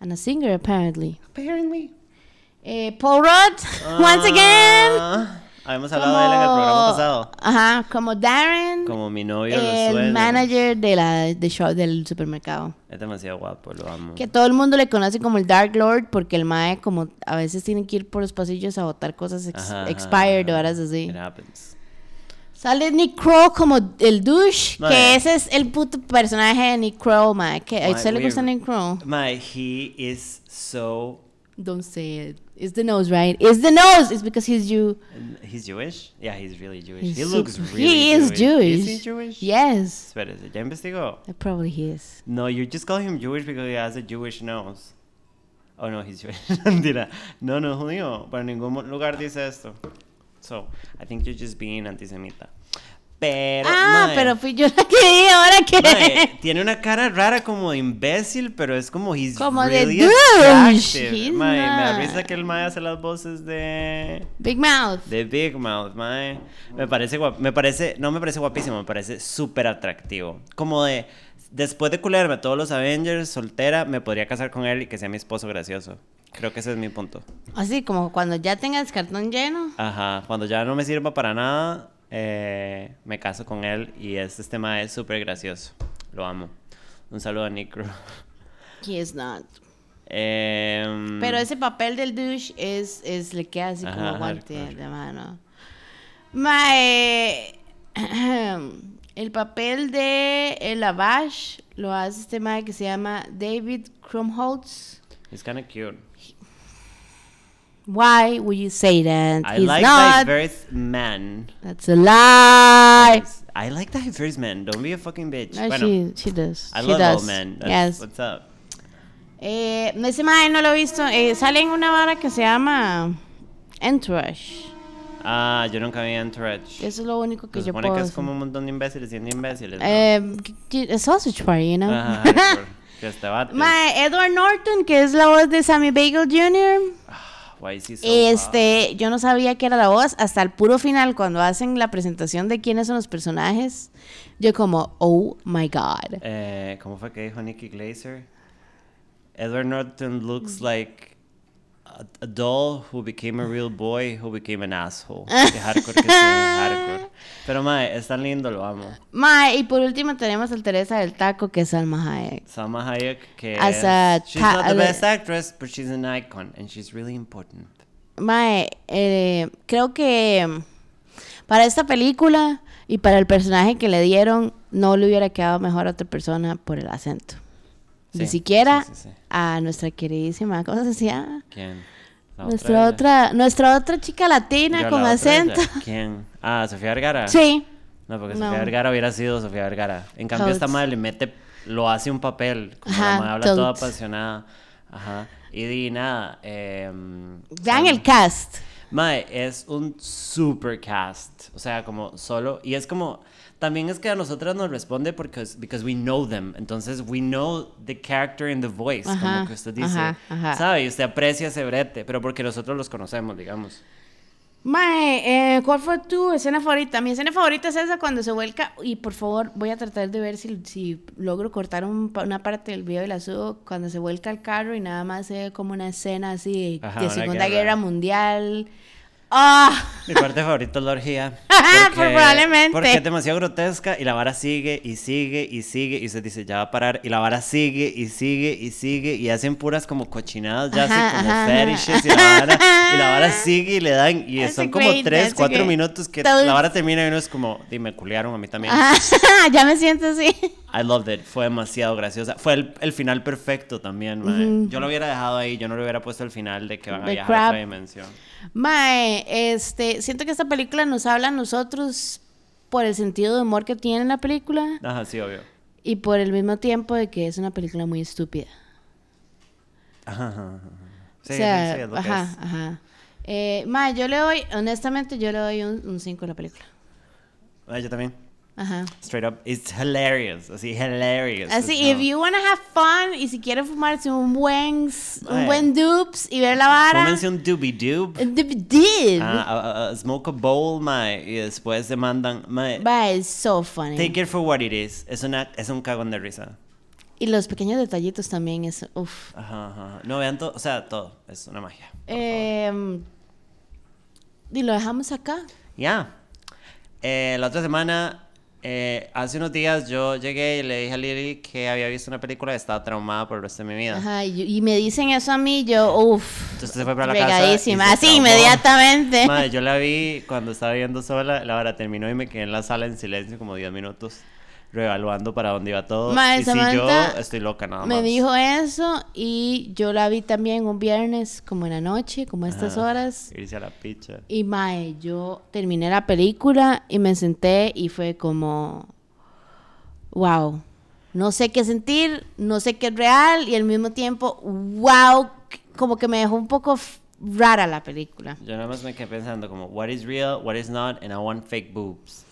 [SPEAKER 2] and a singer apparently.
[SPEAKER 1] Apparently.
[SPEAKER 2] Eh, Paul Rudd, once again.
[SPEAKER 1] Ah, Habíamos hablado de él en el programa
[SPEAKER 2] como-
[SPEAKER 1] pasado.
[SPEAKER 2] Ajá, como Darren,
[SPEAKER 1] Como mi novio lo
[SPEAKER 2] el
[SPEAKER 1] suena.
[SPEAKER 2] manager de la, de show, del supermercado.
[SPEAKER 1] Es demasiado guapo, lo amo.
[SPEAKER 2] Que todo el mundo le conoce como el Dark Lord porque el Mae como a veces tiene que ir por los pasillos a botar cosas ex-
[SPEAKER 1] Ajá, ajá,
[SPEAKER 2] expired
[SPEAKER 1] ajá.
[SPEAKER 2] o horas así.
[SPEAKER 1] It happens.
[SPEAKER 2] Sale Nick Crow como el douche,
[SPEAKER 1] Mae.
[SPEAKER 2] que ese es el puto personaje de Nick Crow, Mae. Que a
[SPEAKER 1] Mae,
[SPEAKER 2] usted le gusta
[SPEAKER 1] weird.
[SPEAKER 2] Nick Crow.
[SPEAKER 1] My, he is so.
[SPEAKER 2] Don't say it. It's the nose, right? It's the nose. It's because he's you.
[SPEAKER 1] He's Jewish? Yeah, he's really Jewish.
[SPEAKER 2] He's
[SPEAKER 1] he
[SPEAKER 2] super-
[SPEAKER 1] looks really
[SPEAKER 2] He is Jewish.
[SPEAKER 1] Is he Jewish?
[SPEAKER 2] Yes.
[SPEAKER 1] Espérese, ya investigó.
[SPEAKER 2] Probably he is.
[SPEAKER 1] No, you just call him Jewish because he has a Jewish nose. Oh no, he's Jewish. Mentira. No, no es judío. Pero en ningún lugar dice esto. So, I think you're just being antisemita. Pero.
[SPEAKER 2] ah,
[SPEAKER 1] mae,
[SPEAKER 2] pero fui yo la que dije ahora que...
[SPEAKER 1] Mae, tiene una cara rara como de imbécil, pero es como he's
[SPEAKER 2] Como de
[SPEAKER 1] really
[SPEAKER 2] douche.
[SPEAKER 1] attractive.
[SPEAKER 2] He's
[SPEAKER 1] Mae, me da
[SPEAKER 2] not.
[SPEAKER 1] risa que el mae hace las voces de
[SPEAKER 2] Big Mouth.
[SPEAKER 1] de Big Mouth, mae. Me parece guap- me parece no me parece guapísimo, me parece súper atractivo. Como de después de culerme a todos los Avengers soltera, me podría casar con él y que sea mi esposo gracioso. Creo que ese es mi punto.
[SPEAKER 2] Así como cuando ya tengas cartón lleno.
[SPEAKER 1] Ajá, cuando ya no me sirva para nada, eh, me caso con él y este tema es súper gracioso. Lo amo. Un saludo a Nick Crew.
[SPEAKER 2] He is not.
[SPEAKER 1] Em,
[SPEAKER 2] Pero ese papel del douche es, es le queda así como
[SPEAKER 1] Ajá,
[SPEAKER 2] guante
[SPEAKER 1] claro.
[SPEAKER 2] de mano. Mae. El papel de el Lavash lo hace este mae que se llama David Krumholtz.
[SPEAKER 1] It's kind of cute.
[SPEAKER 2] Why would you say that?
[SPEAKER 1] I
[SPEAKER 2] He's
[SPEAKER 1] like
[SPEAKER 2] not.
[SPEAKER 1] diverse men.
[SPEAKER 2] That's a lie.
[SPEAKER 1] I like diverse men. Don't be a fucking bitch.
[SPEAKER 2] No,
[SPEAKER 1] bueno,
[SPEAKER 2] she, she does.
[SPEAKER 1] I
[SPEAKER 2] she
[SPEAKER 1] love
[SPEAKER 2] does.
[SPEAKER 1] all men. That's
[SPEAKER 2] Yes.
[SPEAKER 1] What's up?
[SPEAKER 2] Eh, ese mae no lo he visto. Eh, sale en una vara que se llama Entourage.
[SPEAKER 1] Ah, yo nunca vi Entourage.
[SPEAKER 2] Eso es lo único que
[SPEAKER 1] Se
[SPEAKER 2] yo
[SPEAKER 1] supone
[SPEAKER 2] puedo
[SPEAKER 1] que es
[SPEAKER 2] decir.
[SPEAKER 1] como un montón de imbéciles siendo imbéciles. ¿no?
[SPEAKER 2] Eh, que- que- sausage party, you know?
[SPEAKER 1] Ajá, por- que este bate.
[SPEAKER 2] Mae, Edward Norton, que es la voz de Sammy Bagel Jr.
[SPEAKER 1] Oh, Ah, Why is he so hot?
[SPEAKER 2] Este, yo no sabía que era la voz hasta el puro final cuando hacen la presentación de quiénes son los personajes. Yo como, oh my god.
[SPEAKER 1] Eh, ¿Cómo fue que dijo Nikki Glaser? Edward Norton looks
[SPEAKER 2] Mm.
[SPEAKER 1] like a, a doll who became a real boy who became an asshole. Qué hardcore que se ve, hardcore. Pero mae, es tan lindo, lo amo.
[SPEAKER 2] Mae, y por último tenemos al Teresa del Taco, que es Salma Hayek.
[SPEAKER 1] Salma Hayek, que
[SPEAKER 2] As
[SPEAKER 1] es-
[SPEAKER 2] a
[SPEAKER 1] she's
[SPEAKER 2] ta-
[SPEAKER 1] not the best actress, but she's an icon and she's really important.
[SPEAKER 2] Mae, eh, creo que mm, para esta película y para el personaje que le dieron, no le hubiera quedado mejor a otra persona por el acento. Ni
[SPEAKER 1] Sí,
[SPEAKER 2] siquiera
[SPEAKER 1] sí, sí, sí.
[SPEAKER 2] a nuestra queridísima, ¿cómo se decía?
[SPEAKER 1] ¿Quién? La
[SPEAKER 2] Nuestra
[SPEAKER 1] ella.
[SPEAKER 2] otra, nuestra otra chica latina
[SPEAKER 1] Yo,
[SPEAKER 2] con
[SPEAKER 1] la otra ella.
[SPEAKER 2] acento.
[SPEAKER 1] ¿Quién? Ah, Sofía Vergara.
[SPEAKER 2] Sí.
[SPEAKER 1] No, porque
[SPEAKER 2] No.
[SPEAKER 1] Sofía Vergara hubiera sido Sofía Vergara. En cambio,
[SPEAKER 2] Totes.
[SPEAKER 1] esta madre le mete, lo hace un papel. Como
[SPEAKER 2] Ajá,
[SPEAKER 1] la madre habla toda
[SPEAKER 2] totes.
[SPEAKER 1] apasionada. Ajá. Y di nada. em,
[SPEAKER 2] Vean el cast.
[SPEAKER 1] Mae, es un super cast. O sea, como solo. Y es como. También es que a nosotras nos responde porque because we know them. Entonces, we know the character in the voice.
[SPEAKER 2] Ajá,
[SPEAKER 1] como que usted dice.
[SPEAKER 2] ajá, ajá.
[SPEAKER 1] ¿Sabe? Y usted aprecia ese brete. Pero porque nosotros los conocemos, digamos.
[SPEAKER 2] Mae, eh, ¿cuál fue tu escena favorita? Mi escena favorita es esa cuando se vuelca. Y por favor, voy a tratar de ver si, si logro cortar un pa- una parte del video y la subo. Cuando se vuelca el carro y nada más se ve como una escena así de,
[SPEAKER 1] Ajá,
[SPEAKER 2] de
[SPEAKER 1] una
[SPEAKER 2] Segunda
[SPEAKER 1] guerra.
[SPEAKER 2] Guerra, Mundial. ¡Ah!
[SPEAKER 1] Mi parte favorita es la orgía.
[SPEAKER 2] Pues probablemente.
[SPEAKER 1] Porque es demasiado grotesca y la vara sigue y sigue y sigue y se dice ya va a parar y la vara sigue y sigue y sigue y hacen puras como cochinadas ya así
[SPEAKER 2] Ajá,
[SPEAKER 1] como
[SPEAKER 2] ajá,
[SPEAKER 1] fetishes y la
[SPEAKER 2] ajá.
[SPEAKER 1] vara y la vara sigue y le dan y
[SPEAKER 2] That's
[SPEAKER 1] son
[SPEAKER 2] a
[SPEAKER 1] como
[SPEAKER 2] great, that's
[SPEAKER 1] tres,
[SPEAKER 2] a
[SPEAKER 1] cuatro
[SPEAKER 2] great.
[SPEAKER 1] minutos que
[SPEAKER 2] Todos-
[SPEAKER 1] la vara termina y uno es como dime culiaron a mí también.
[SPEAKER 2] Ajá, ah, ya me siento así.
[SPEAKER 1] I loved it, fue demasiado graciosa. Fue el, el final perfecto también, mae. Yo lo hubiera dejado ahí, yo no lo hubiera puesto el final de que van a
[SPEAKER 2] The
[SPEAKER 1] viajar a
[SPEAKER 2] crab.
[SPEAKER 1] otra dimensión.
[SPEAKER 2] Mae, este, siento que esta película nos habla a nosotros por el sentido de humor que tiene la película
[SPEAKER 1] Ajá, sí, obvio.
[SPEAKER 2] y por el mismo tiempo de que es una película muy estúpida.
[SPEAKER 1] Ajá, ajá, ajá. Sí,
[SPEAKER 2] o sea,
[SPEAKER 1] sí, sí, es lo que
[SPEAKER 2] ajá,
[SPEAKER 1] es.
[SPEAKER 2] ajá. Eh, mae, yo le doy, honestamente, yo le doy un 5 a la película.
[SPEAKER 1] Ah, yo también.
[SPEAKER 2] Ajá.
[SPEAKER 1] Straight up. It's hilarious. Así, hilarious.
[SPEAKER 2] Así,
[SPEAKER 1] Es
[SPEAKER 2] if you wanna have fun y si quieren fumarse un buen,
[SPEAKER 1] Mae.
[SPEAKER 2] un buen dupes y ver la vara,
[SPEAKER 1] Fúmense un doobie-doob.
[SPEAKER 2] un dupe dip.
[SPEAKER 1] Ah, ah, ah, smoke a bowl, mae. Y después se mandan, mae.
[SPEAKER 2] Mae, it's so funny.
[SPEAKER 1] Take it for what it is. Es, una, es un cagón de risa.
[SPEAKER 2] Y los pequeños detallitos también es, uff.
[SPEAKER 1] Ajá, ajá. ajá. No vean todo. O sea, todo. Es una magia. por favor.
[SPEAKER 2] Eh, y lo dejamos acá.
[SPEAKER 1] Ya. Eh, la otra semana, eh, hace unos días, yo llegué y le dije a Lili que había visto una película que estaba traumada por el resto de mi vida.
[SPEAKER 2] Ajá, y, y me dicen eso a mí, yo, uff.
[SPEAKER 1] Entonces se fue para la
[SPEAKER 2] Regadísima,
[SPEAKER 1] casa. y se
[SPEAKER 2] así
[SPEAKER 1] traumó.
[SPEAKER 2] inmediatamente.
[SPEAKER 1] Madre, yo la vi cuando estaba viendo sola, la verdad terminó y me quedé en la sala en silencio como 10 minutos, reevaluando para dónde iba todo.
[SPEAKER 2] Madre,
[SPEAKER 1] y si yo
[SPEAKER 2] Samantha
[SPEAKER 1] estoy loca nada más.
[SPEAKER 2] Me dijo eso y yo la vi también un viernes, como en la noche, como a estas
[SPEAKER 1] Ajá,
[SPEAKER 2] horas.
[SPEAKER 1] Irse a la picha.
[SPEAKER 2] Y mae, yo terminé la película y me senté y fue como, wow, no sé qué sentir, no sé qué es real y al mismo tiempo, wow, como que me dejó un poco f- rara la película.
[SPEAKER 1] Yo nada más me quedé pensando como, what is real, what is not, and I want fake boobs.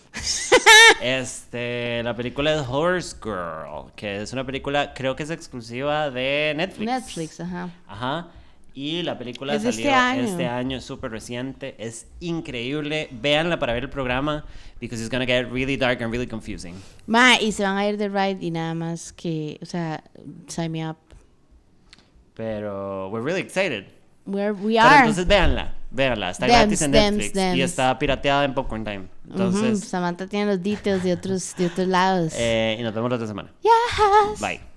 [SPEAKER 1] este, la película es Horse Girl, que es una película, creo que es exclusiva de Netflix.
[SPEAKER 2] Netflix, ajá.
[SPEAKER 1] Ajá. Y la película
[SPEAKER 2] Es de
[SPEAKER 1] salió
[SPEAKER 2] este año.
[SPEAKER 1] este año, es súper reciente, es increíble. Véanla para ver el programa, because it's gonna get really dark and really confusing.
[SPEAKER 2] Ma, y se van a ir de ride y nada más que, o sea, sign me up.
[SPEAKER 1] Pero we're really excited.
[SPEAKER 2] We're, we
[SPEAKER 1] Pero
[SPEAKER 2] are.
[SPEAKER 1] entonces véanla, véanla. Está
[SPEAKER 2] Dems,
[SPEAKER 1] gratis en
[SPEAKER 2] dems,
[SPEAKER 1] Netflix
[SPEAKER 2] dems.
[SPEAKER 1] y está pirateada en Popcorn Time.
[SPEAKER 2] Ujú,
[SPEAKER 1] Entonces,
[SPEAKER 2] Samantha tiene los details de otros, de otros lados.
[SPEAKER 1] eh, y nos vemos la otra semana.
[SPEAKER 2] Yes.
[SPEAKER 1] Bye.